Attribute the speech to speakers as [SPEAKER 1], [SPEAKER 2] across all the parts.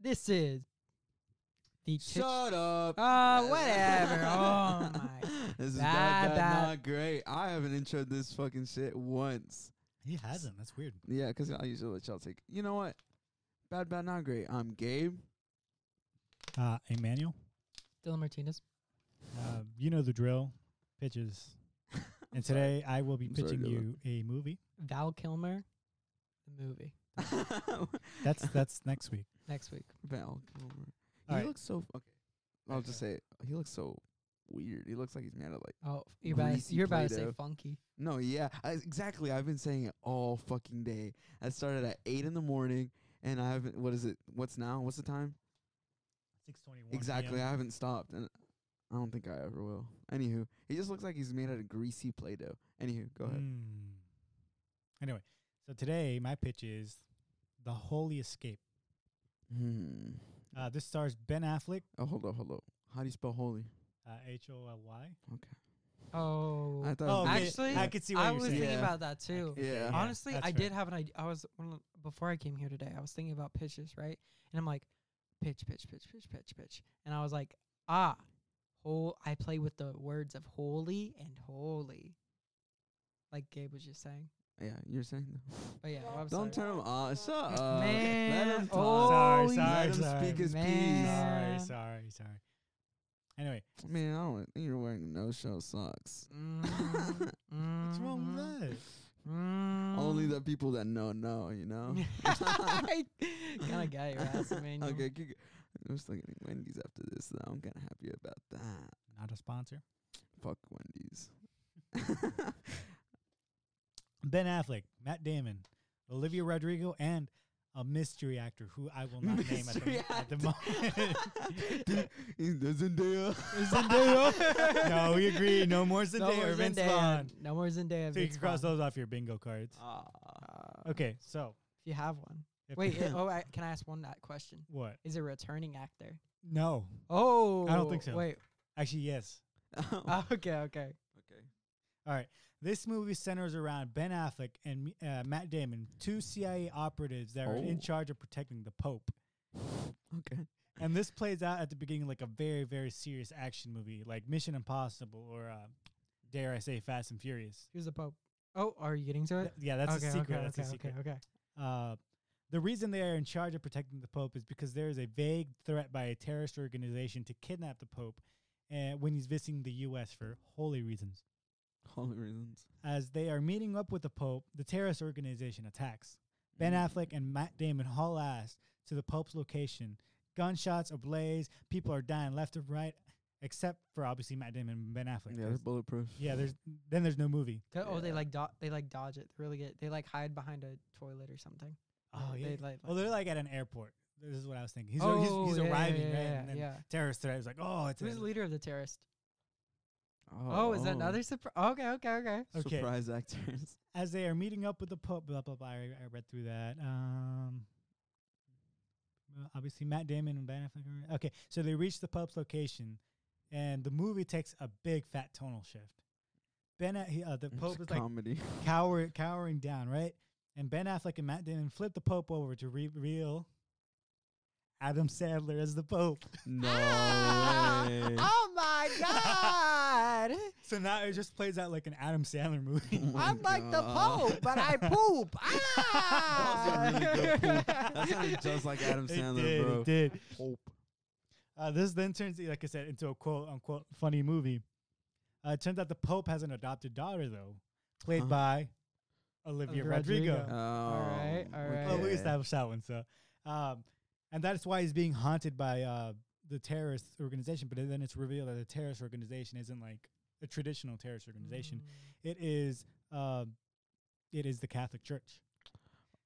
[SPEAKER 1] This is the Titch-
[SPEAKER 2] Shut up.
[SPEAKER 1] Oh, whatever. Oh my.
[SPEAKER 2] This is
[SPEAKER 1] Bad,
[SPEAKER 2] bad, bad,
[SPEAKER 1] bad.
[SPEAKER 2] not great. I haven't introed this fucking shit once.
[SPEAKER 3] He hasn't. That's weird.
[SPEAKER 2] Yeah, because I usually let y'all take. You know what? Bad, bad, not great. I'm Gabe.
[SPEAKER 3] Uh, Emmanuel,
[SPEAKER 1] Dylan Martinez.
[SPEAKER 3] uh, you know the drill. Pitches.
[SPEAKER 2] I'm
[SPEAKER 3] and today I will be
[SPEAKER 2] I'm sorry,
[SPEAKER 3] pitching
[SPEAKER 2] Dylan.
[SPEAKER 3] you a movie.
[SPEAKER 1] Val Kilmer. The movie
[SPEAKER 3] That's that's next week.
[SPEAKER 1] next week.
[SPEAKER 2] Val Kilmer. He
[SPEAKER 3] All right.
[SPEAKER 2] looks so. f- Okay. I'll just say it. He looks so weird. He looks like he's mad at like.
[SPEAKER 1] Oh, you're about to,
[SPEAKER 2] Greasy
[SPEAKER 1] you're about to say
[SPEAKER 2] Play-Doh.
[SPEAKER 1] funky.
[SPEAKER 2] No, yeah, I, exactly. I've been saying it all fucking day. I started at eight in the morning, and I haven't. What is it? What's now? What's the time?
[SPEAKER 3] 621.
[SPEAKER 2] Exactly. I haven't stopped, and I don't think I ever will. Anywho, he just looks like he's made out of greasy play-doh. Anywho, go ahead.
[SPEAKER 3] Mm. Anyway, so today my pitch is The Holy Escape.
[SPEAKER 2] Hmm.
[SPEAKER 3] Uh, this stars Ben Affleck,
[SPEAKER 2] Oh, hold up, hold up. How do you spell holy?
[SPEAKER 3] uh, H O L Y.
[SPEAKER 1] Oh,
[SPEAKER 2] I thought.
[SPEAKER 3] Oh,
[SPEAKER 2] it was-
[SPEAKER 3] okay.
[SPEAKER 1] actually,
[SPEAKER 3] I could see what
[SPEAKER 1] I
[SPEAKER 3] you're
[SPEAKER 1] was
[SPEAKER 3] saying.
[SPEAKER 1] thinking
[SPEAKER 2] Yeah.
[SPEAKER 1] about that too.
[SPEAKER 2] Yeah. Yeah,
[SPEAKER 1] Honestly,
[SPEAKER 3] that's
[SPEAKER 1] I
[SPEAKER 3] fair.
[SPEAKER 1] did have an idea. I was one of- before I came here today. I was thinking about pitches, right? And I'm like, pitch, pitch, pitch, pitch, pitch, pitch, and I was like, ah, whole. I play with the words of holy and holy, like Gabe was just saying.
[SPEAKER 2] yeah, you're saying.
[SPEAKER 1] But yeah, I'm sorry.
[SPEAKER 2] Don't turn him on. Shut up. Let
[SPEAKER 1] Man,
[SPEAKER 2] him talk.
[SPEAKER 1] oh, yeah.
[SPEAKER 3] Sorry, sorry,
[SPEAKER 2] Let him
[SPEAKER 3] sorry.
[SPEAKER 2] speak his
[SPEAKER 1] Man.
[SPEAKER 3] Sorry, sorry, sorry. Anyway,
[SPEAKER 2] Man, I don't. You're wearing no-show socks.
[SPEAKER 1] Mm,
[SPEAKER 3] what's
[SPEAKER 1] mhm,
[SPEAKER 3] wrong with that?
[SPEAKER 1] mm.
[SPEAKER 2] Only the oh. people that know know. You know.
[SPEAKER 1] kind of got your ass, man.
[SPEAKER 2] Okay, keep go- I'm still getting Wendy's after this, though. I'm kind of happy about that.
[SPEAKER 3] Not a sponsor.
[SPEAKER 2] Fuck Wendy's.
[SPEAKER 3] Ben Affleck, Matt Damon, Olivia Rodrigo, and a mystery actor who I will not name at
[SPEAKER 2] Mystery
[SPEAKER 3] the, at the moment.
[SPEAKER 2] Dude, he's the Zendaya.
[SPEAKER 3] Zendaya. no, we agree. No more Zendaya
[SPEAKER 1] No more
[SPEAKER 3] or Vince
[SPEAKER 1] Zendaya.
[SPEAKER 3] Vaughn.
[SPEAKER 1] No more Zendaya.
[SPEAKER 3] So you
[SPEAKER 1] Vince
[SPEAKER 3] can cross
[SPEAKER 1] Vaughn.
[SPEAKER 3] those off your bingo cards.
[SPEAKER 2] Ah.
[SPEAKER 3] Okay, so
[SPEAKER 1] If you have one.
[SPEAKER 3] if-
[SPEAKER 1] Wait. uh, oh, I, can I ask one that question?
[SPEAKER 3] what?
[SPEAKER 1] Is it a returning actor?
[SPEAKER 3] No,
[SPEAKER 1] Oh,
[SPEAKER 3] think so.
[SPEAKER 1] Wait.
[SPEAKER 3] actually, yes.
[SPEAKER 1] Ah, okay. Okay.
[SPEAKER 2] okay.
[SPEAKER 3] All right. This movie centers around Ben Affleck and uh, Matt Damon, two CIA operatives that are
[SPEAKER 2] Oh.
[SPEAKER 3] in charge of protecting the Pope.
[SPEAKER 2] Okay.
[SPEAKER 3] And this plays out at the beginning like a very, very serious action movie, like Mission Impossible or, uh, dare I say, Fast and Furious.
[SPEAKER 1] Who's the Pope? Oh, are you getting to
[SPEAKER 3] Th-
[SPEAKER 1] it?
[SPEAKER 3] yeah, that's
[SPEAKER 1] okay,
[SPEAKER 3] a secret.
[SPEAKER 1] Okay,
[SPEAKER 3] that's
[SPEAKER 1] okay,
[SPEAKER 3] a secret.
[SPEAKER 1] Okay. Okay.
[SPEAKER 3] Uh, the reason they are in charge of protecting the Pope is because there is a vague threat by a terrorist organization to kidnap the Pope uh, when he's visiting the U.S. for holy reasons.
[SPEAKER 2] Holy reasons.
[SPEAKER 3] As they are meeting up with the Pope, the terrorist organization attacks. Ben
[SPEAKER 1] Mm.
[SPEAKER 3] Affleck and Matt Damon haul ass to the Pope's location. Gunshots ablaze. People are dying left and right, except for obviously Matt Damon and Ben Affleck.
[SPEAKER 2] Yeah,
[SPEAKER 3] There's-
[SPEAKER 2] that's bulletproof.
[SPEAKER 3] yeah, there's then there's no movie.
[SPEAKER 1] Th- Oh, they
[SPEAKER 2] Yeah.
[SPEAKER 1] like do- they like dodge it. They really get they like hide behind a toilet or something.
[SPEAKER 3] Oh yeah.
[SPEAKER 1] They like. Oh,
[SPEAKER 3] Well, they're like at an airport. This is what I was thinking. He's he's, he's
[SPEAKER 1] yeah, yeah,
[SPEAKER 3] arriving,
[SPEAKER 1] yeah,
[SPEAKER 3] right?
[SPEAKER 1] Yeah.
[SPEAKER 3] and then
[SPEAKER 1] yeah.
[SPEAKER 3] terrorist threat is like, oh, it's
[SPEAKER 1] Who's
[SPEAKER 3] a-
[SPEAKER 1] the leader of the terrorist? Oh, is that another surprise? Okay. Okay. Okay.
[SPEAKER 3] Okay.
[SPEAKER 2] Surprise actors.
[SPEAKER 3] as they are meeting up with the Pope. Blah blah blah. I, I read through that. Um, well, obviously Matt Damon and Ben Affleck. are- Okay, so they reach the Pope's location, and the movie takes a big fat tonal shift. Ben, A- he, uh, the
[SPEAKER 2] It's
[SPEAKER 3] Pope is like
[SPEAKER 2] comedy.
[SPEAKER 3] cower, cowering down, right? And Ben Affleck and Matt Damon flip the Pope over to reveal Adam Sandler as the Pope.
[SPEAKER 2] no
[SPEAKER 1] Ah,
[SPEAKER 2] way.
[SPEAKER 1] Oh my god!
[SPEAKER 3] So now it just plays out like an Adam Sandler movie.
[SPEAKER 2] Oh my
[SPEAKER 1] I'm like the
[SPEAKER 2] God.
[SPEAKER 1] Pope, but I poop. Ah!
[SPEAKER 2] That was a really good poop. That sounded just like Adam
[SPEAKER 3] It
[SPEAKER 2] Sandler,
[SPEAKER 3] did,
[SPEAKER 2] bro.
[SPEAKER 3] It did.
[SPEAKER 2] Pope.
[SPEAKER 3] Uh, this then turns, like I said, into a quote unquote funny movie. Uh, it turns out the Pope has an adopted daughter, though, played
[SPEAKER 2] Huh.
[SPEAKER 3] by Olivia
[SPEAKER 1] Olivia
[SPEAKER 3] Rodrigo.
[SPEAKER 1] Rodrigo.
[SPEAKER 2] Oh,
[SPEAKER 1] Alright, alright.
[SPEAKER 3] Well, we
[SPEAKER 2] okay.
[SPEAKER 3] established that one. So, um, and that's why he's being haunted by uh, the terrorist organization. But then it's revealed that the terrorist organization isn't like a traditional terrorist organization.
[SPEAKER 1] Mm.
[SPEAKER 3] It is, uh, it is the Catholic Church.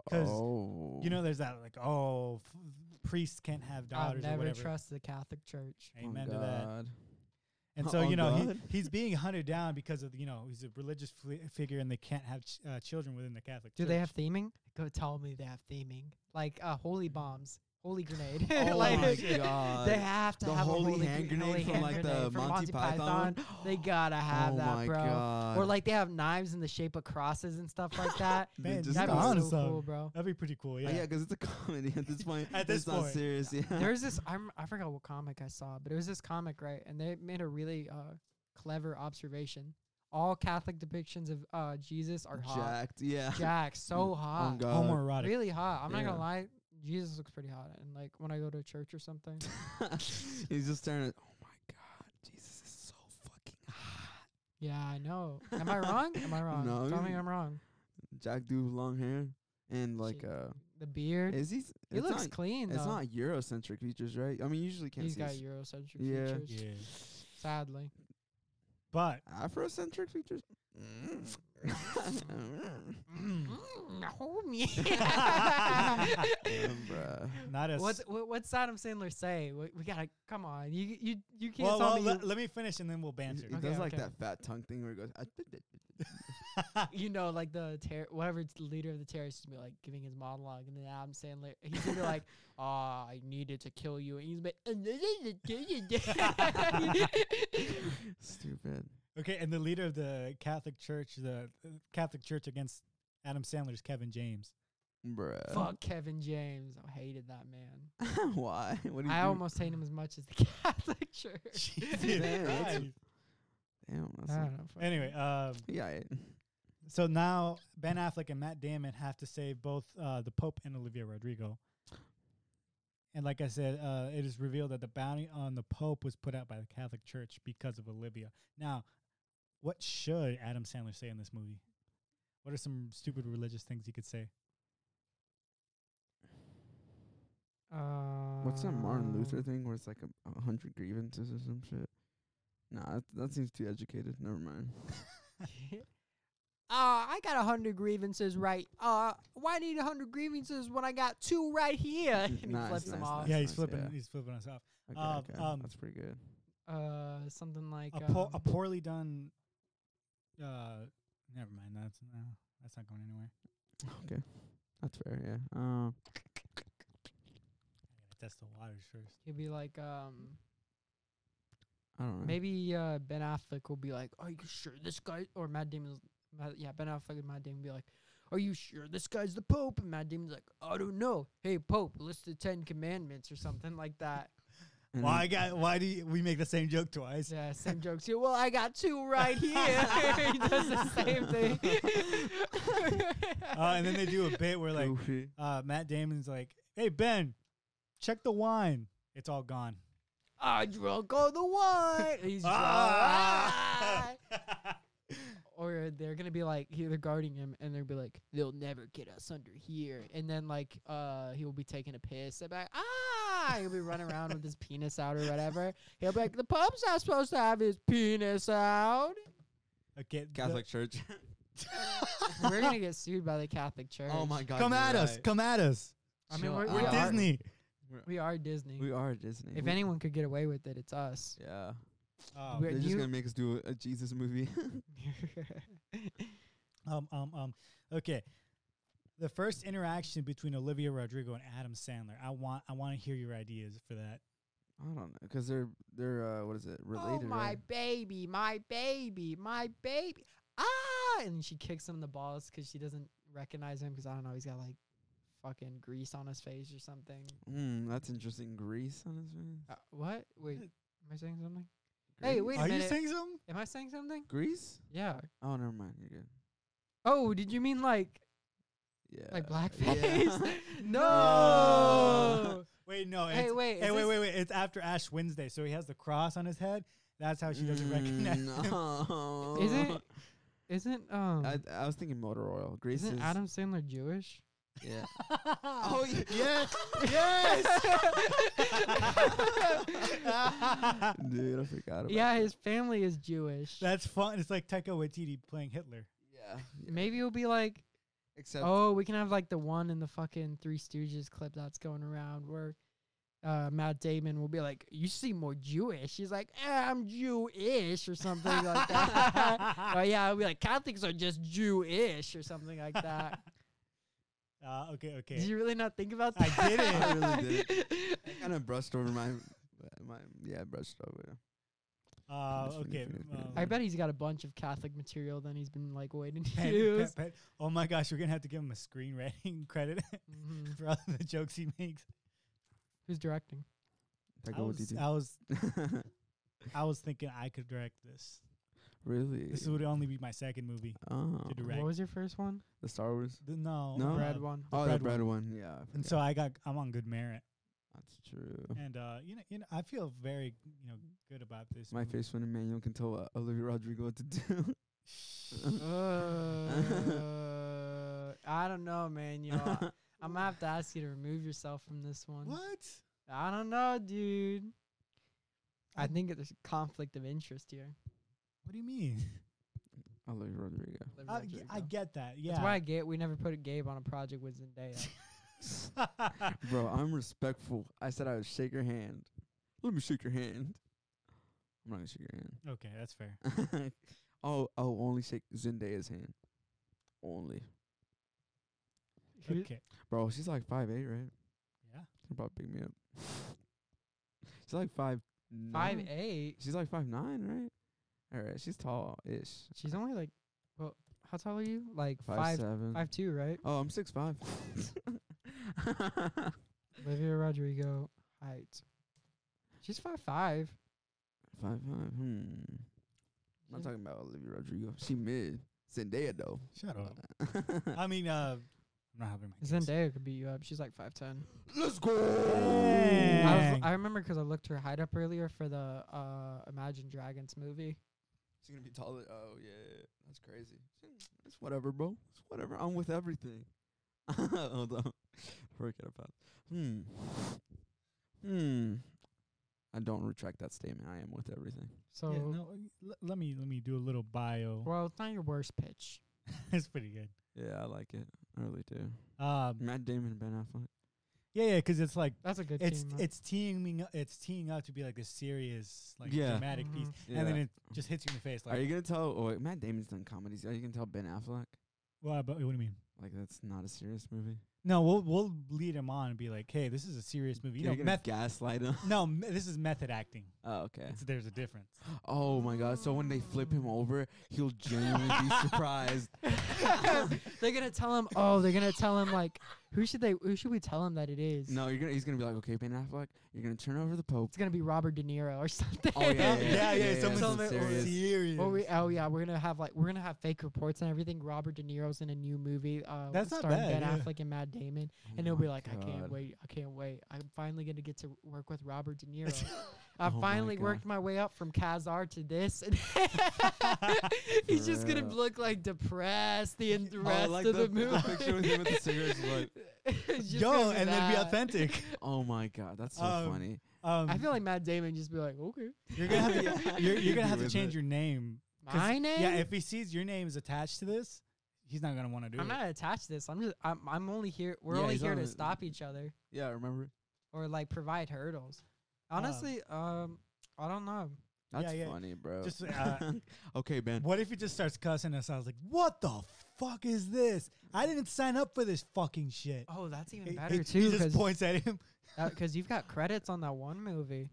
[SPEAKER 3] 'Cause,
[SPEAKER 2] oh.
[SPEAKER 3] You know, there's that like, oh, f- priests can't have
[SPEAKER 1] I'll
[SPEAKER 3] daughters. or
[SPEAKER 1] never
[SPEAKER 3] whatever.
[SPEAKER 1] trust the Catholic Church.
[SPEAKER 2] Oh,
[SPEAKER 3] Amen to that.
[SPEAKER 2] God.
[SPEAKER 3] And so,
[SPEAKER 2] Oh,
[SPEAKER 3] you know,
[SPEAKER 2] God.
[SPEAKER 3] he, he's being hunted down because of, you know, he's a religious fli figure and they can't have ch- uh, children within the Catholic
[SPEAKER 1] Do
[SPEAKER 3] Church.
[SPEAKER 1] they have theming? Go tell me they have theming, like uh, holy bombs. holy grenade.
[SPEAKER 2] Mm. Oh
[SPEAKER 1] like,
[SPEAKER 2] my god.
[SPEAKER 1] They have to
[SPEAKER 2] The
[SPEAKER 1] have a
[SPEAKER 2] holy
[SPEAKER 1] holy
[SPEAKER 2] hand
[SPEAKER 1] gre-
[SPEAKER 2] grenade
[SPEAKER 1] holy
[SPEAKER 2] from,
[SPEAKER 1] hand
[SPEAKER 2] like, the
[SPEAKER 1] grenade from
[SPEAKER 2] Monty
[SPEAKER 1] Python. They gotta have
[SPEAKER 2] oh
[SPEAKER 1] that,
[SPEAKER 2] my
[SPEAKER 1] bro.
[SPEAKER 2] god.
[SPEAKER 1] Or like they have knives in the shape of crosses and stuff like that.
[SPEAKER 2] They
[SPEAKER 3] Man,
[SPEAKER 2] just
[SPEAKER 1] That'd
[SPEAKER 2] got-
[SPEAKER 1] be
[SPEAKER 3] honest,
[SPEAKER 1] so
[SPEAKER 3] though.
[SPEAKER 1] cool, bro.
[SPEAKER 3] That'd be pretty cool.
[SPEAKER 2] Oh,
[SPEAKER 3] Yeah.
[SPEAKER 2] yeah, because it's a comedy at this point.
[SPEAKER 3] At this
[SPEAKER 2] it's not
[SPEAKER 3] point.
[SPEAKER 2] serious. Yeah.
[SPEAKER 1] There's this. I'm, I forgot what comic I saw, but it was this comic, right? And they made a really uh, clever observation. All Catholic depictions of uh, Jesus are hot.
[SPEAKER 2] jacked. Yeah.
[SPEAKER 1] Jack, so
[SPEAKER 2] Oh
[SPEAKER 1] hot,
[SPEAKER 2] god.
[SPEAKER 3] Homoerotic.
[SPEAKER 1] really hot. I'm not
[SPEAKER 2] Yeah.
[SPEAKER 1] gonna lie, Jesus looks pretty hot. And like when I go to church or something,
[SPEAKER 2] He's just staring at. Oh my god, Jesus is so fucking hot.
[SPEAKER 1] yeah, I know. Am I wrong? Am I wrong?
[SPEAKER 2] No,
[SPEAKER 1] Tell me
[SPEAKER 2] you-
[SPEAKER 1] I'm wrong.
[SPEAKER 2] Jack dude with long hair and like
[SPEAKER 1] Shit.
[SPEAKER 2] uh,
[SPEAKER 1] The beard,
[SPEAKER 2] is he? s-
[SPEAKER 1] he
[SPEAKER 2] it's
[SPEAKER 1] looks
[SPEAKER 2] not,
[SPEAKER 1] clean.
[SPEAKER 2] It's
[SPEAKER 1] though.
[SPEAKER 2] not Eurocentric features, right? I mean, you usually can't
[SPEAKER 1] He's
[SPEAKER 2] see
[SPEAKER 1] got
[SPEAKER 2] his-
[SPEAKER 1] Eurocentric
[SPEAKER 2] Yeah.
[SPEAKER 1] features.
[SPEAKER 3] Yeah.
[SPEAKER 1] Sadly,
[SPEAKER 3] But
[SPEAKER 2] Afrocentric features. Mm.
[SPEAKER 1] Mm, homie.
[SPEAKER 2] Damn, bruh.
[SPEAKER 3] not as
[SPEAKER 1] What's what, what's Adam Sandler say? We, we gotta come on. You you you can't
[SPEAKER 3] well,
[SPEAKER 1] tell
[SPEAKER 3] well
[SPEAKER 1] me
[SPEAKER 3] let,
[SPEAKER 1] you,
[SPEAKER 3] let me finish and then we'll
[SPEAKER 2] He
[SPEAKER 3] banter.
[SPEAKER 2] he
[SPEAKER 1] Okay,
[SPEAKER 2] does like
[SPEAKER 1] okay.
[SPEAKER 2] that fat tongue thing where he goes.
[SPEAKER 1] you know like the ter- whatever it's the leader of the terrorists be like giving his monologue and then Adam Sandler he's gonna be like ah I needed to kill you and he's like
[SPEAKER 2] Stupid.
[SPEAKER 3] Okay, and the leader of the Catholic Church, the uh, Catholic Church against Adam Sandler's Kevin James.
[SPEAKER 2] Bruh.
[SPEAKER 1] fuck Kevin James I hated that man
[SPEAKER 2] Why? What do you
[SPEAKER 1] I
[SPEAKER 2] do?
[SPEAKER 1] almost hate him as much as the Catholic Church
[SPEAKER 3] Jesus
[SPEAKER 2] Damn, that's-
[SPEAKER 3] Christ.
[SPEAKER 2] Damn. That's
[SPEAKER 1] I
[SPEAKER 2] not-
[SPEAKER 1] don't know fuck.
[SPEAKER 3] Anyway, um,
[SPEAKER 2] yeah. It,
[SPEAKER 3] so now Ben Affleck and Matt Damon have to save both uh, the Pope and Olivia Rodrigo. And like I said, uh, it is revealed that the bounty on the Pope was put out by the Catholic Church because of Olivia. Now, what should Adam Sandler say in this movie? What are some stupid religious things he could say?
[SPEAKER 2] what's that Martin Luther
[SPEAKER 1] Um,
[SPEAKER 2] thing where it's like a, a hundred grievances or some shit? Nah, that, that seems too educated. Never mind.
[SPEAKER 1] Uh, Um, I got a hundred grievances right. Uh, why need a hundred grievances when I got two right here? And he
[SPEAKER 2] Nice,
[SPEAKER 1] flips them
[SPEAKER 2] nice,
[SPEAKER 1] off.
[SPEAKER 2] nice.
[SPEAKER 3] yeah, he's
[SPEAKER 2] nice,
[SPEAKER 3] flipping.
[SPEAKER 2] yeah.
[SPEAKER 3] He's flipping us off.
[SPEAKER 2] Okay,
[SPEAKER 3] Uh,
[SPEAKER 2] okay.
[SPEAKER 3] um,
[SPEAKER 2] that's pretty good.
[SPEAKER 1] Uh, something like
[SPEAKER 3] a, po- a
[SPEAKER 1] um,
[SPEAKER 3] poorly done. Uh, never mind. That's no, that's not going anywhere.
[SPEAKER 2] That's fair. Yeah. Um.
[SPEAKER 3] That's the waters first.
[SPEAKER 1] He'd be like, um,
[SPEAKER 2] I don't know.
[SPEAKER 1] maybe uh, Ben Affleck will be like, "Are you sure this guy?" Or Matt Damon's, Matt, yeah, Ben Affleck and Matt Damon be like, "Are you sure this guy's the Pope?" And Matt Damon's like, "I don't know. Hey, Pope, list the Ten Commandments or something like that."
[SPEAKER 2] And
[SPEAKER 3] Why
[SPEAKER 2] then-
[SPEAKER 3] got? Why do you, we make the same joke twice?
[SPEAKER 1] Yeah, same jokes here. Well, I got two right here. he does the same thing.
[SPEAKER 3] Uh, and then they do a bit where like
[SPEAKER 2] Goofy.
[SPEAKER 3] uh, Matt Damon's like, "Hey Ben, check the wine. It's all gone."
[SPEAKER 1] I drunk all the wine. He's drunk.
[SPEAKER 3] Ah!
[SPEAKER 1] Or they're gonna be like, he- they're guarding him, and they'll be like, they'll never get us under here. And then like, uh, he will be taking a piss. And be like, ah, he'll be running around with his penis out or whatever. He'll be like, the pub's not supposed to have his penis out.
[SPEAKER 3] okay, the-
[SPEAKER 2] Catholic Church.
[SPEAKER 1] We're gonna get sued by the Catholic Church.
[SPEAKER 2] oh my God.
[SPEAKER 3] come
[SPEAKER 2] you're
[SPEAKER 3] at us.
[SPEAKER 2] right.
[SPEAKER 3] Come at us.
[SPEAKER 1] I mean,
[SPEAKER 2] Chill
[SPEAKER 1] we're-
[SPEAKER 3] We're
[SPEAKER 1] we are-
[SPEAKER 3] Disney.
[SPEAKER 1] We are Disney.
[SPEAKER 2] We are Disney.
[SPEAKER 1] If
[SPEAKER 2] We-
[SPEAKER 1] anyone could get away with it, it's us.
[SPEAKER 2] Yeah.
[SPEAKER 3] Oh,
[SPEAKER 1] We're-
[SPEAKER 2] They're just
[SPEAKER 1] you-
[SPEAKER 2] gonna make us do a, a Jesus movie.
[SPEAKER 3] Um, um, um. Okay. The first interaction between Olivia Rodrigo and Adam Sandler. I want I want to hear your ideas for that.
[SPEAKER 2] I don't know, cause they're they're uh, what is it
[SPEAKER 1] oh
[SPEAKER 2] related?
[SPEAKER 1] my
[SPEAKER 2] right?
[SPEAKER 1] baby, my baby, my baby. Ah! And she kicks him in the balls 'cause she doesn't recognize him 'cause I don't know, he's got like fucking grease on his face or something.
[SPEAKER 2] Mm, that's interesting. Grease on his face.
[SPEAKER 1] Uh, what? Wait, am I saying something? Hey,
[SPEAKER 2] Grease?
[SPEAKER 1] wait a
[SPEAKER 3] Are
[SPEAKER 1] minute.
[SPEAKER 3] you saying something?
[SPEAKER 1] am I saying something?
[SPEAKER 2] Grease?
[SPEAKER 1] Yeah.
[SPEAKER 2] Oh, never mind. You're good.
[SPEAKER 1] Oh, did you mean like
[SPEAKER 2] Yeah.
[SPEAKER 1] like
[SPEAKER 2] Uh, yeah.
[SPEAKER 1] blackface?
[SPEAKER 3] No.
[SPEAKER 1] no.
[SPEAKER 3] Wait, no.
[SPEAKER 1] Hey,
[SPEAKER 3] it's-
[SPEAKER 1] wait. is
[SPEAKER 3] hey, wait,
[SPEAKER 1] this-
[SPEAKER 3] wait, wait. It's after Ash Wednesday, so he has the cross on his head. That's how she doesn't
[SPEAKER 2] Mm,
[SPEAKER 3] recognize. him.
[SPEAKER 2] No.
[SPEAKER 1] Is it? Isn't um?
[SPEAKER 2] I, I was thinking motor oil. Grease
[SPEAKER 1] isn't
[SPEAKER 2] is
[SPEAKER 1] Adam Sandler Jewish?
[SPEAKER 2] Yeah. oh y- yes,
[SPEAKER 3] yes.
[SPEAKER 2] dude. I forgot about.
[SPEAKER 1] Yeah,
[SPEAKER 2] that.
[SPEAKER 1] his family is Jewish.
[SPEAKER 3] That's fun. It's like Taika Waititi playing Hitler.
[SPEAKER 2] Yeah. yeah.
[SPEAKER 1] Maybe it'll be like,
[SPEAKER 2] Except.
[SPEAKER 1] oh, we can have like the one in the fucking Three Stooges clip that's going around where uh, Matt Damon will be like, "You seem more Jewish." He's like, eh, "I'm Jewish" or something like that. oh yeah, I'll be like, "Catholics are just Jewish" or something like that.
[SPEAKER 3] Uh, okay, okay.
[SPEAKER 1] Did you really not think about
[SPEAKER 3] I
[SPEAKER 1] that?
[SPEAKER 3] didn't.
[SPEAKER 2] I really
[SPEAKER 1] did.
[SPEAKER 2] I kind of brushed over my, my yeah, I brushed over.
[SPEAKER 3] Uh,
[SPEAKER 2] Finish,
[SPEAKER 3] okay.
[SPEAKER 2] finish, finish,
[SPEAKER 3] well,
[SPEAKER 2] finish.
[SPEAKER 1] I bet he's got a bunch of Catholic material that he's been like waiting to
[SPEAKER 3] Pen-
[SPEAKER 1] use.
[SPEAKER 3] pen- pen- Oh my gosh, we're gonna have to give him a screenwriting credit
[SPEAKER 1] Mhm.
[SPEAKER 3] for all the jokes he makes.
[SPEAKER 1] Who's directing?
[SPEAKER 3] I
[SPEAKER 2] Taika
[SPEAKER 3] was,
[SPEAKER 2] Waititi.
[SPEAKER 3] I was, I was thinking I could direct this.
[SPEAKER 2] really?
[SPEAKER 3] This would only be my second movie.
[SPEAKER 2] oh,
[SPEAKER 3] to direct.
[SPEAKER 1] What was your first one?
[SPEAKER 2] the Star Wars.
[SPEAKER 3] The- no,
[SPEAKER 2] No?
[SPEAKER 3] uh,
[SPEAKER 1] Brad one.
[SPEAKER 2] oh,
[SPEAKER 3] bread
[SPEAKER 2] the bread one. Yeah, I
[SPEAKER 3] And
[SPEAKER 2] forgot.
[SPEAKER 3] so I got, I'm on good merit,
[SPEAKER 2] that's true.
[SPEAKER 3] and uh, you know, you know, I feel very, you know, good about this.
[SPEAKER 2] My
[SPEAKER 3] movie.
[SPEAKER 2] face when Emmanuel can tell uh, Olivia Rodrigo what to do.
[SPEAKER 1] uh, I don't know, man. You know, I- I'm gonna have to ask you to remove yourself from this one.
[SPEAKER 3] What?
[SPEAKER 1] I don't know, dude. I think there's a conflict of interest here.
[SPEAKER 3] What do you mean?
[SPEAKER 2] Olivia Rodrigo.
[SPEAKER 1] Olivia
[SPEAKER 3] I, g- I
[SPEAKER 1] Rodrigo.
[SPEAKER 3] get that. Yeah.
[SPEAKER 1] That's why I get we never put a Gabe on a project with Zendaya.
[SPEAKER 2] Bro, I'm respectful. I said I would shake your hand. Let me shake your hand. I'm not gonna shake your
[SPEAKER 3] okay, that's fair.
[SPEAKER 2] hand. oh, oh, only shake Zendaya's hand. Only,
[SPEAKER 1] Who-
[SPEAKER 3] Okay.
[SPEAKER 2] bro. She's like five eight, right?
[SPEAKER 3] Yeah.
[SPEAKER 2] She'll probably pick me up. she's like five.
[SPEAKER 1] Five
[SPEAKER 2] nine?
[SPEAKER 1] eight.
[SPEAKER 2] She's like five nine, right? All right, she's tall ish.
[SPEAKER 1] She's only like, well, how tall are you? Like
[SPEAKER 2] Five,
[SPEAKER 1] five,
[SPEAKER 2] seven.
[SPEAKER 1] five two, right?
[SPEAKER 2] Oh, I'm six five.
[SPEAKER 1] Olivia Rodrigo height. She's five five.
[SPEAKER 2] Five five. Hmm. I'm not
[SPEAKER 1] Yeah.
[SPEAKER 2] talking about Olivia Rodrigo. She mid. Zendaya though.
[SPEAKER 3] Shut up. I mean, uh, I'm not having my case.
[SPEAKER 1] Zendaya could beat you up. She's like five ten.
[SPEAKER 2] Let's go.
[SPEAKER 1] I, was,
[SPEAKER 3] Dang.
[SPEAKER 1] I remember 'cause I looked her height up earlier for the uh, Imagine Dragons movie.
[SPEAKER 2] She's gonna be taller. Oh yeah, that's crazy. It's whatever, bro. It's whatever. I'm with everything. Hold on. Forget about. It. Hmm. Hmm. I don't retract that statement. I am with everything.
[SPEAKER 1] So,
[SPEAKER 3] Yeah, no, l- let me let me do a little bio.
[SPEAKER 1] well, it's not your worst pitch.
[SPEAKER 3] it's pretty good.
[SPEAKER 2] Yeah, I like it. I really do.
[SPEAKER 3] Um,
[SPEAKER 2] Matt Damon and Ben Affleck.
[SPEAKER 3] yeah, yeah, 'cause it's like
[SPEAKER 1] That's a good
[SPEAKER 3] it's
[SPEAKER 1] team. up.
[SPEAKER 3] it's teeing up, it's teeing up to be like this serious, like
[SPEAKER 2] Yeah.
[SPEAKER 3] dramatic piece,
[SPEAKER 1] Mhm.
[SPEAKER 2] Yeah.
[SPEAKER 3] and then it just hits you in the face.
[SPEAKER 2] Are
[SPEAKER 3] Like,
[SPEAKER 2] you gonna tell? Oh, wait, Matt Damon's done comedies. Are you gonna tell Ben Affleck?
[SPEAKER 3] well, but what do you mean?
[SPEAKER 2] Like that's not a serious movie.
[SPEAKER 3] No, we'll we'll lead him on and be like, hey, this is a serious movie. You
[SPEAKER 2] You're
[SPEAKER 3] know,
[SPEAKER 2] gonna
[SPEAKER 3] meth.
[SPEAKER 2] gaslight him.
[SPEAKER 3] no, me- this is method acting.
[SPEAKER 2] Oh, okay.
[SPEAKER 3] It's, there's a difference.
[SPEAKER 2] Oh my god. So when they flip him over, he'll genuinely be surprised.
[SPEAKER 1] they're gonna tell him. Oh, they're gonna tell him like, who should they? Who should we tell him that it is?
[SPEAKER 2] No, you're gonna. He's gonna be like, okay, Ben Affleck, you're gonna turn over the Pope.
[SPEAKER 1] it's gonna be Robert De Niro or something.
[SPEAKER 2] Oh, Yeah, yeah, yeah, yeah,
[SPEAKER 3] someone's
[SPEAKER 2] something
[SPEAKER 3] serious.
[SPEAKER 2] serious.
[SPEAKER 1] Or we, oh yeah, we're gonna have like we're gonna have fake reports and everything. Robert De Niro's in a new movie. Uh,
[SPEAKER 3] That's not
[SPEAKER 1] starring
[SPEAKER 3] bad,
[SPEAKER 1] Ben
[SPEAKER 3] yeah.
[SPEAKER 1] Affleck and Matt Damon, and
[SPEAKER 2] Oh
[SPEAKER 1] he'll
[SPEAKER 2] my
[SPEAKER 1] be like, "I can't
[SPEAKER 2] God.
[SPEAKER 1] wait! I can't wait! I'm finally gonna get to work with Robert De Niro. I
[SPEAKER 2] Oh my
[SPEAKER 1] finally
[SPEAKER 2] God.
[SPEAKER 1] worked my way up from Khazar to this." And He's just gonna
[SPEAKER 2] real.
[SPEAKER 1] look like depressed the en-
[SPEAKER 2] Oh,
[SPEAKER 1] rest
[SPEAKER 2] like
[SPEAKER 1] of
[SPEAKER 2] the-
[SPEAKER 1] the,
[SPEAKER 2] the
[SPEAKER 1] movie.
[SPEAKER 2] picture with him with the cigarettes, like-
[SPEAKER 1] It's just
[SPEAKER 3] Yo,
[SPEAKER 1] gonna
[SPEAKER 3] and then be
[SPEAKER 1] that.
[SPEAKER 3] authentic.
[SPEAKER 2] Oh my god, that's so
[SPEAKER 3] Um,
[SPEAKER 2] funny.
[SPEAKER 3] Um,
[SPEAKER 1] I feel like Matt Damon just be like, "Okay,
[SPEAKER 3] you're gonna have
[SPEAKER 2] Yeah.
[SPEAKER 3] to you're, you're
[SPEAKER 2] You'd
[SPEAKER 3] gonna
[SPEAKER 2] be
[SPEAKER 3] have to
[SPEAKER 2] with
[SPEAKER 3] change
[SPEAKER 2] it.
[SPEAKER 3] your name. 'Cause,
[SPEAKER 1] my name."
[SPEAKER 3] Yeah, if he sees your name is attached to this, he's not gonna want to do
[SPEAKER 1] I'm
[SPEAKER 3] it.
[SPEAKER 1] not attached to this. I'm just. I'm. I'm only here. We're
[SPEAKER 2] Yeah,
[SPEAKER 1] only
[SPEAKER 2] he's
[SPEAKER 1] here
[SPEAKER 2] on
[SPEAKER 1] to
[SPEAKER 2] the-
[SPEAKER 1] stop each other
[SPEAKER 2] Yeah, remember?
[SPEAKER 1] or like provide hurdles.
[SPEAKER 2] Oh.
[SPEAKER 3] Um,
[SPEAKER 1] Honestly, um, I don't know.
[SPEAKER 2] That's
[SPEAKER 3] yeah.
[SPEAKER 2] funny, bro.
[SPEAKER 3] Just, uh,
[SPEAKER 2] okay, Ben.
[SPEAKER 3] What if he just starts cussing us? I was like, what the fuck is this? I didn't sign up for this fucking shit.
[SPEAKER 1] Oh, that's even
[SPEAKER 3] He-
[SPEAKER 1] better
[SPEAKER 3] he, he
[SPEAKER 1] too,
[SPEAKER 3] just
[SPEAKER 1] because
[SPEAKER 3] points at him.
[SPEAKER 1] Uh, you've got credits on that one movie.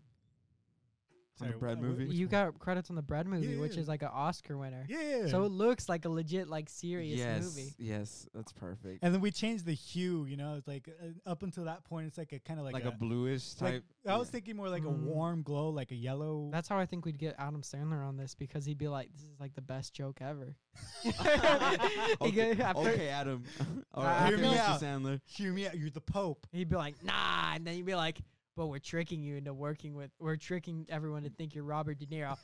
[SPEAKER 2] On the
[SPEAKER 3] Sorry,
[SPEAKER 2] Brad
[SPEAKER 3] wha- wha-
[SPEAKER 2] movie.
[SPEAKER 3] which
[SPEAKER 1] you
[SPEAKER 3] one?
[SPEAKER 1] got credits on the Bread movie, which
[SPEAKER 3] yeah.
[SPEAKER 1] is like an Oscar winner.
[SPEAKER 3] Yeah.
[SPEAKER 1] So it looks like a legit, like serious
[SPEAKER 2] yes,
[SPEAKER 1] movie.
[SPEAKER 2] yes, that's perfect.
[SPEAKER 3] and then we changed the hue, you know, it's like uh, up until that point, it's like a kind of like, uh,
[SPEAKER 2] Like, a, bluish
[SPEAKER 3] like-
[SPEAKER 2] type.
[SPEAKER 3] I was
[SPEAKER 2] yeah.
[SPEAKER 3] thinking more like a
[SPEAKER 1] Mm.
[SPEAKER 3] warm glow, like a yellow.
[SPEAKER 1] That's how I think we'd get Adam Sandler on this because he'd be like, "This is like the best joke ever." He go-
[SPEAKER 2] okay,
[SPEAKER 1] after-
[SPEAKER 2] okay, Adam. All
[SPEAKER 1] Uh,
[SPEAKER 2] right,
[SPEAKER 3] Hear
[SPEAKER 2] okay,
[SPEAKER 3] me
[SPEAKER 2] Mr.
[SPEAKER 3] out.
[SPEAKER 2] Sandler.
[SPEAKER 3] Hear me out, you're the Pope.
[SPEAKER 1] He'd be like, nah, and then you'd be like, but we're tricking you into working with, we're tricking everyone to think you're Robert De Niro.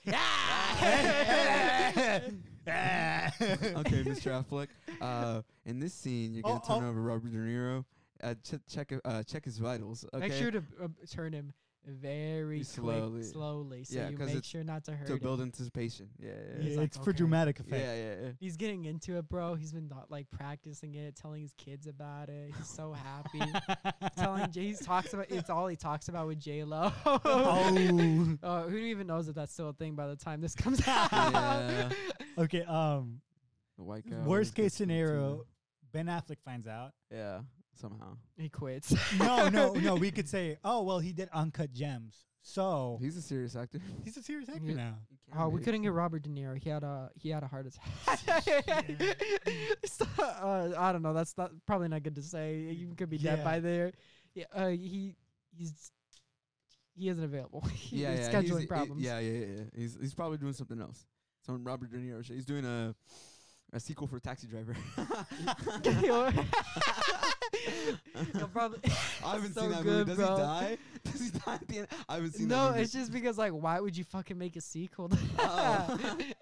[SPEAKER 1] Ah!
[SPEAKER 2] okay, Mr. Affleck. Uh, in this scene, you're gonna
[SPEAKER 3] Oh,
[SPEAKER 2] turn
[SPEAKER 3] oh.
[SPEAKER 2] over Robert De Niro. Uh, ch- check uh, check his vitals. Okay.
[SPEAKER 1] Make sure to uh, turn him very slowly,
[SPEAKER 2] Slowly.
[SPEAKER 1] quick, slowly, so
[SPEAKER 2] Yeah,
[SPEAKER 1] you
[SPEAKER 2] 'cause
[SPEAKER 1] make
[SPEAKER 2] it's
[SPEAKER 1] sure not to hurt
[SPEAKER 2] to
[SPEAKER 1] him.
[SPEAKER 2] build anticipation. Yeah, yeah, yeah.
[SPEAKER 1] He's
[SPEAKER 3] Yeah,
[SPEAKER 1] like,
[SPEAKER 3] it's for
[SPEAKER 1] okay.
[SPEAKER 3] dramatic
[SPEAKER 2] Yeah,
[SPEAKER 3] effect.
[SPEAKER 2] yeah, yeah.
[SPEAKER 1] He's getting into it, bro. He's been not, like practicing it, telling his kids about it. He's so happy. telling J- he talks about it's all he talks about with J Lo.
[SPEAKER 3] oh.
[SPEAKER 1] Uh, who even knows if that's still a thing by the time this comes out?
[SPEAKER 2] Yeah.
[SPEAKER 3] Okay. Um.
[SPEAKER 2] The white guy.
[SPEAKER 3] Worst
[SPEAKER 2] always
[SPEAKER 3] case
[SPEAKER 2] gets me too.
[SPEAKER 3] scenario, Ben Affleck finds out.
[SPEAKER 2] Yeah, somehow.
[SPEAKER 1] He quits.
[SPEAKER 3] No, no, no. We could say, oh well, he did Uncut Gems, so
[SPEAKER 2] He's a serious actor.
[SPEAKER 3] he's a serious actor
[SPEAKER 1] Yeah.
[SPEAKER 3] now.
[SPEAKER 2] You can't
[SPEAKER 1] Oh, we
[SPEAKER 2] make-
[SPEAKER 1] couldn't get Robert De Niro. He had a he had a heart attack. So, uh, I don't know. That's not probably not good to say. You could be
[SPEAKER 3] Yeah.
[SPEAKER 1] dead by there. Yeah, uh, he he's he isn't available. He
[SPEAKER 2] Yeah,
[SPEAKER 1] has
[SPEAKER 2] yeah, he's-
[SPEAKER 1] scheduling
[SPEAKER 2] he-
[SPEAKER 1] problems.
[SPEAKER 2] yeah, yeah, yeah. He's he's probably doing something else. Some Robert De Niro shit. He's doing a a sequel for Taxi Driver.
[SPEAKER 1] You'll probably
[SPEAKER 2] I haven't
[SPEAKER 1] so
[SPEAKER 2] seen that
[SPEAKER 1] good,
[SPEAKER 2] movie. Does
[SPEAKER 1] bro.
[SPEAKER 2] he die? Does he die at the end? I haven't seen
[SPEAKER 1] no,
[SPEAKER 2] that movie.
[SPEAKER 1] it's just because like, why would you fucking make a sequel? to
[SPEAKER 2] Oh.
[SPEAKER 1] that?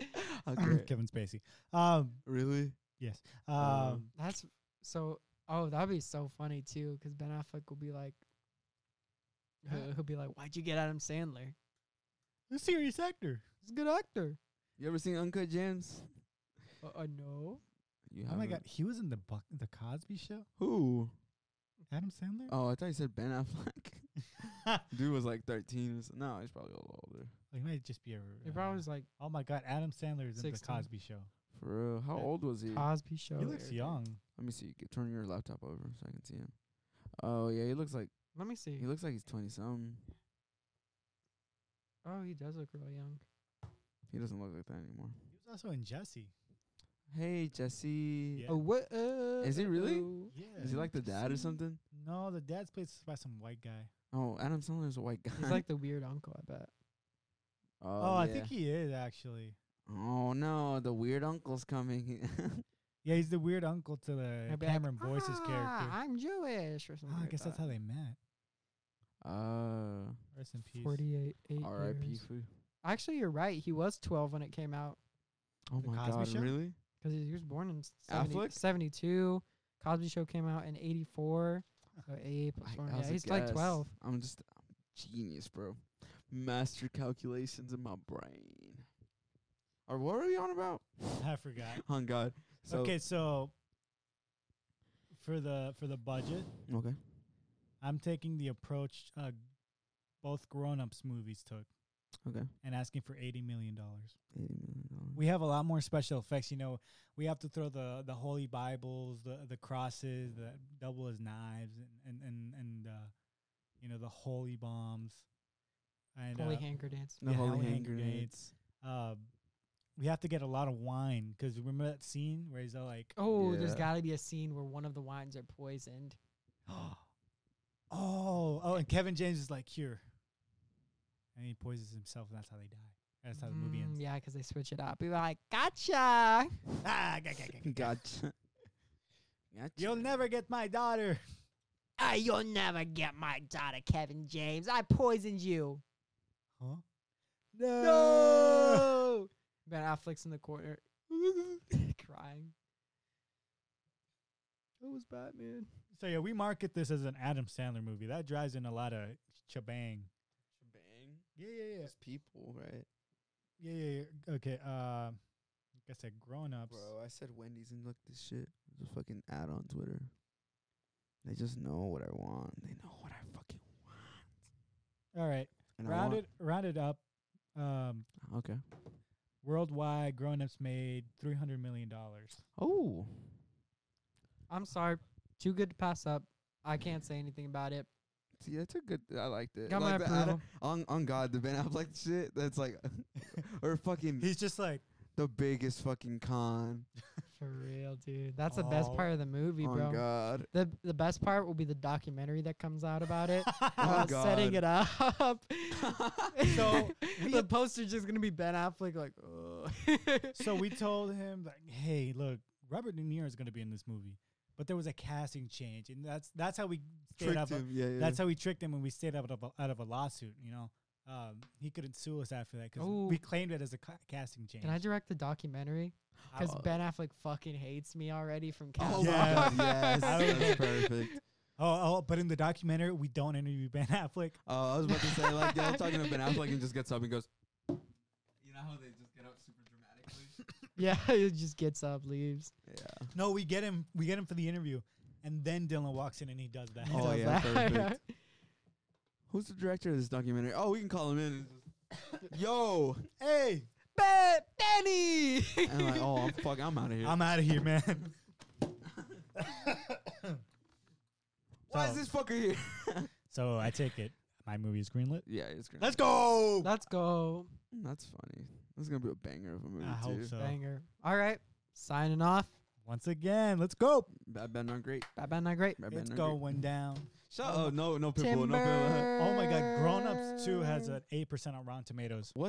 [SPEAKER 2] okay.
[SPEAKER 3] Kevin Spacey. Um,
[SPEAKER 2] Really?
[SPEAKER 3] yes. Um,
[SPEAKER 2] Um,
[SPEAKER 1] That's so. Oh, that'd be so funny too, because Ben Affleck will be like, he'll, he'll be like, "Why'd you get Adam Sandler?
[SPEAKER 3] a serious actor.
[SPEAKER 1] He's a good actor."
[SPEAKER 2] You ever seen Uncut Gems?
[SPEAKER 1] Uh, uh no.
[SPEAKER 2] You
[SPEAKER 3] Oh my
[SPEAKER 2] haven't?
[SPEAKER 3] god, he was in the Buck, the Cosby Show.
[SPEAKER 2] Who?
[SPEAKER 3] Adam Sandler.
[SPEAKER 2] Oh, I thought you said Ben Affleck. Dude was like 13. or so- No, he's probably a little older.
[SPEAKER 3] He might just be a.
[SPEAKER 1] It
[SPEAKER 3] uh,
[SPEAKER 1] probably was like
[SPEAKER 3] Oh my god, Adam Sandler is in the
[SPEAKER 1] 16.
[SPEAKER 3] Cosby Show.
[SPEAKER 2] For real. How
[SPEAKER 3] Yeah.
[SPEAKER 2] old was he?
[SPEAKER 1] Cosby Show.
[SPEAKER 3] he looks
[SPEAKER 1] era.
[SPEAKER 3] young.
[SPEAKER 2] Let me see. G- Turn your laptop over so I can see him. Oh yeah, he looks like
[SPEAKER 1] Let me see.
[SPEAKER 2] he looks like he's 20 something.
[SPEAKER 1] oh, he does look real young.
[SPEAKER 2] He doesn't look like that anymore.
[SPEAKER 3] He was also in Jesse.
[SPEAKER 2] Hey Jesse,
[SPEAKER 3] Yeah.
[SPEAKER 1] Oh, what? Uh,
[SPEAKER 2] Is he really?
[SPEAKER 1] oh.
[SPEAKER 3] Yeah.
[SPEAKER 2] is he like the dad or something?
[SPEAKER 3] No, the dad's played by some white guy.
[SPEAKER 2] Oh, Adam Sandler's a white guy.
[SPEAKER 1] He's like the weird uncle. I bet.
[SPEAKER 2] oh,
[SPEAKER 3] Oh, I
[SPEAKER 2] yeah.
[SPEAKER 3] think he is actually.
[SPEAKER 2] Oh no, the weird uncle's coming.
[SPEAKER 3] Yeah, he's the weird uncle to the
[SPEAKER 1] He'll be like,
[SPEAKER 3] Cameron Boyce's
[SPEAKER 1] "Ah,
[SPEAKER 3] character.
[SPEAKER 1] I'm Jewish or something.
[SPEAKER 3] Oh, I
[SPEAKER 1] like
[SPEAKER 3] guess that's
[SPEAKER 1] that.
[SPEAKER 3] how they met.
[SPEAKER 2] uh,
[SPEAKER 3] Rest in peace.
[SPEAKER 1] Forty-eight. Eight
[SPEAKER 2] R.I.P.
[SPEAKER 1] years.
[SPEAKER 2] Foo.
[SPEAKER 1] Actually, you're right. He was twelve when it came out.
[SPEAKER 2] Oh
[SPEAKER 3] The
[SPEAKER 2] my
[SPEAKER 3] Cosby
[SPEAKER 2] god,
[SPEAKER 3] Show?
[SPEAKER 2] really?
[SPEAKER 1] 'Cause he was born in 70,
[SPEAKER 2] Affleck?
[SPEAKER 1] 72. Cosby Show came out in 84. So 8 plus
[SPEAKER 2] I-
[SPEAKER 1] 1.
[SPEAKER 2] that was
[SPEAKER 1] Yeah,
[SPEAKER 2] a
[SPEAKER 1] he's like
[SPEAKER 2] guess.
[SPEAKER 1] 12.
[SPEAKER 2] I'm just I'm genius, bro. Master calculations in my brain. Or what are we on about?
[SPEAKER 3] I forgot.
[SPEAKER 2] on God. So,
[SPEAKER 3] okay, so for the for the budget,
[SPEAKER 2] Okay.
[SPEAKER 3] I'm taking the approach uh, both grown ups movies took
[SPEAKER 2] Okay.
[SPEAKER 3] and asking for eighty million dollars.
[SPEAKER 2] Eighty million dollars.
[SPEAKER 3] We have a lot more special effects. You know, we have to throw the the holy bibles, the the crosses, the double as knives, and and and, and uh, you know the holy bombs, and
[SPEAKER 1] Holy
[SPEAKER 3] uh,
[SPEAKER 1] hand grenades.
[SPEAKER 2] The
[SPEAKER 3] yeah,
[SPEAKER 2] holy
[SPEAKER 3] hand
[SPEAKER 2] hand
[SPEAKER 3] grenades.
[SPEAKER 2] grenades.
[SPEAKER 3] Uh, we have to get a lot of wine because remember that scene where he's all like,
[SPEAKER 1] Oh, there's
[SPEAKER 2] Yeah.
[SPEAKER 1] got to be a scene where one of the wines are poisoned.
[SPEAKER 3] oh, oh, and Kevin James is like, here, and he poisons himself, and that's how they die. That's how the movie
[SPEAKER 1] Mm,
[SPEAKER 3] ends.
[SPEAKER 1] yeah, 'cause they switch it up. People are like, gotcha.
[SPEAKER 3] Ah, ga- ga- ga- ga- ga.
[SPEAKER 2] Gotcha. Gotcha.
[SPEAKER 3] You'll never get my daughter.
[SPEAKER 1] Ah, you'll never get my daughter, Kevin James. I poisoned you.
[SPEAKER 3] Huh?
[SPEAKER 1] No. Ben Affleck's in the corner crying. It was Batman.
[SPEAKER 3] So yeah, we market this as an Adam Sandler movie. That drives in a lot of chabang.
[SPEAKER 2] Bang.
[SPEAKER 3] Yeah, yeah, yeah,
[SPEAKER 2] It's people, right?
[SPEAKER 3] yeah, yeah. yeah. Okay, uh, I guess I grown ups.
[SPEAKER 2] Bro, I said Wendy's and look this shit. There's a fucking ad on Twitter. They just know what I want. They know what I fucking want.
[SPEAKER 3] All right,
[SPEAKER 2] And I want-
[SPEAKER 3] rounded, rounded up. Um,
[SPEAKER 2] Okay.
[SPEAKER 3] worldwide, grown ups made three hundred million dollars.
[SPEAKER 2] Oh.
[SPEAKER 1] I'm sorry. Too good to pass up. I can't say anything about it.
[SPEAKER 2] See, that's a good. I liked it.
[SPEAKER 1] Got my
[SPEAKER 2] Eh, like the Adam-
[SPEAKER 1] approval.
[SPEAKER 2] on on God, the Ben Affleck shit. That's like, or fucking
[SPEAKER 3] He's just like,
[SPEAKER 2] the biggest fucking con.
[SPEAKER 1] For real, dude. That's the best
[SPEAKER 3] Oh,
[SPEAKER 1] part of the movie,
[SPEAKER 2] on
[SPEAKER 1] bro.
[SPEAKER 2] God.
[SPEAKER 1] The the best part will be the documentary that comes out about it.
[SPEAKER 2] Oh,
[SPEAKER 1] uh, setting
[SPEAKER 2] God.
[SPEAKER 1] it up.
[SPEAKER 3] So
[SPEAKER 1] the poster's just gonna be Ben Affleck like "Ugh."
[SPEAKER 3] so we told him like, hey, look, Robert De Niro is going to be in this movie, but there was a casting change, and that's that's how we stayed
[SPEAKER 2] Tricked
[SPEAKER 3] up.
[SPEAKER 2] him. Yeah, yeah.
[SPEAKER 3] That's how we tricked him when we stayed out of a, out of a lawsuit. You know, um, he couldn't sue us after that because we
[SPEAKER 1] Ooh.
[SPEAKER 3] claimed it as a ca- casting change.
[SPEAKER 1] Can I direct the documentary? Because
[SPEAKER 2] Oh.
[SPEAKER 1] Ben Affleck fucking hates me already from Castle.
[SPEAKER 2] Oh my
[SPEAKER 3] Yeah.
[SPEAKER 2] God. Yes,
[SPEAKER 3] I don't
[SPEAKER 2] that's perfect.
[SPEAKER 3] oh, oh, but in the documentary, we don't interview Ben Affleck.
[SPEAKER 2] Oh, I was about to say, like, yeah, I'm talking to Ben Affleck and just gets up and goes. You know how they just get up super dramatically?
[SPEAKER 1] yeah, he just gets up, leaves.
[SPEAKER 2] yeah.
[SPEAKER 3] No, we get him. We get him for the interview, and then Dylan walks in and he does that.
[SPEAKER 1] He
[SPEAKER 2] Oh,
[SPEAKER 1] does
[SPEAKER 2] yeah,
[SPEAKER 1] that.
[SPEAKER 2] perfect. Who's the director of this documentary? Oh, we can call him in. And just, Yo,
[SPEAKER 3] Hey,
[SPEAKER 1] Ben- Benny.
[SPEAKER 2] and I'm like, oh, I'm fuck, I'm out of here.
[SPEAKER 3] I'm out of here, man.
[SPEAKER 2] Why is
[SPEAKER 3] So-
[SPEAKER 2] this fucker here?
[SPEAKER 3] So I take it my movie is greenlit.
[SPEAKER 2] yeah, it's great.
[SPEAKER 3] Let's go.
[SPEAKER 1] Let's go.
[SPEAKER 2] Mm, That's funny. This is gonna be a banger of a movie
[SPEAKER 3] I
[SPEAKER 2] too.
[SPEAKER 3] hope so.
[SPEAKER 1] Banger. All right. Signing off.
[SPEAKER 3] Once again, let's go.
[SPEAKER 2] Bad Ben not great.
[SPEAKER 1] Bye bye, not great.
[SPEAKER 2] Bad Ben
[SPEAKER 3] It's
[SPEAKER 2] not great.
[SPEAKER 3] going down.
[SPEAKER 2] Shut up. No, no pitbull. No pitbull.
[SPEAKER 1] Oh
[SPEAKER 3] Oh my God, Grown Ups 2 has an 8% on Rotten Tomatoes.
[SPEAKER 2] What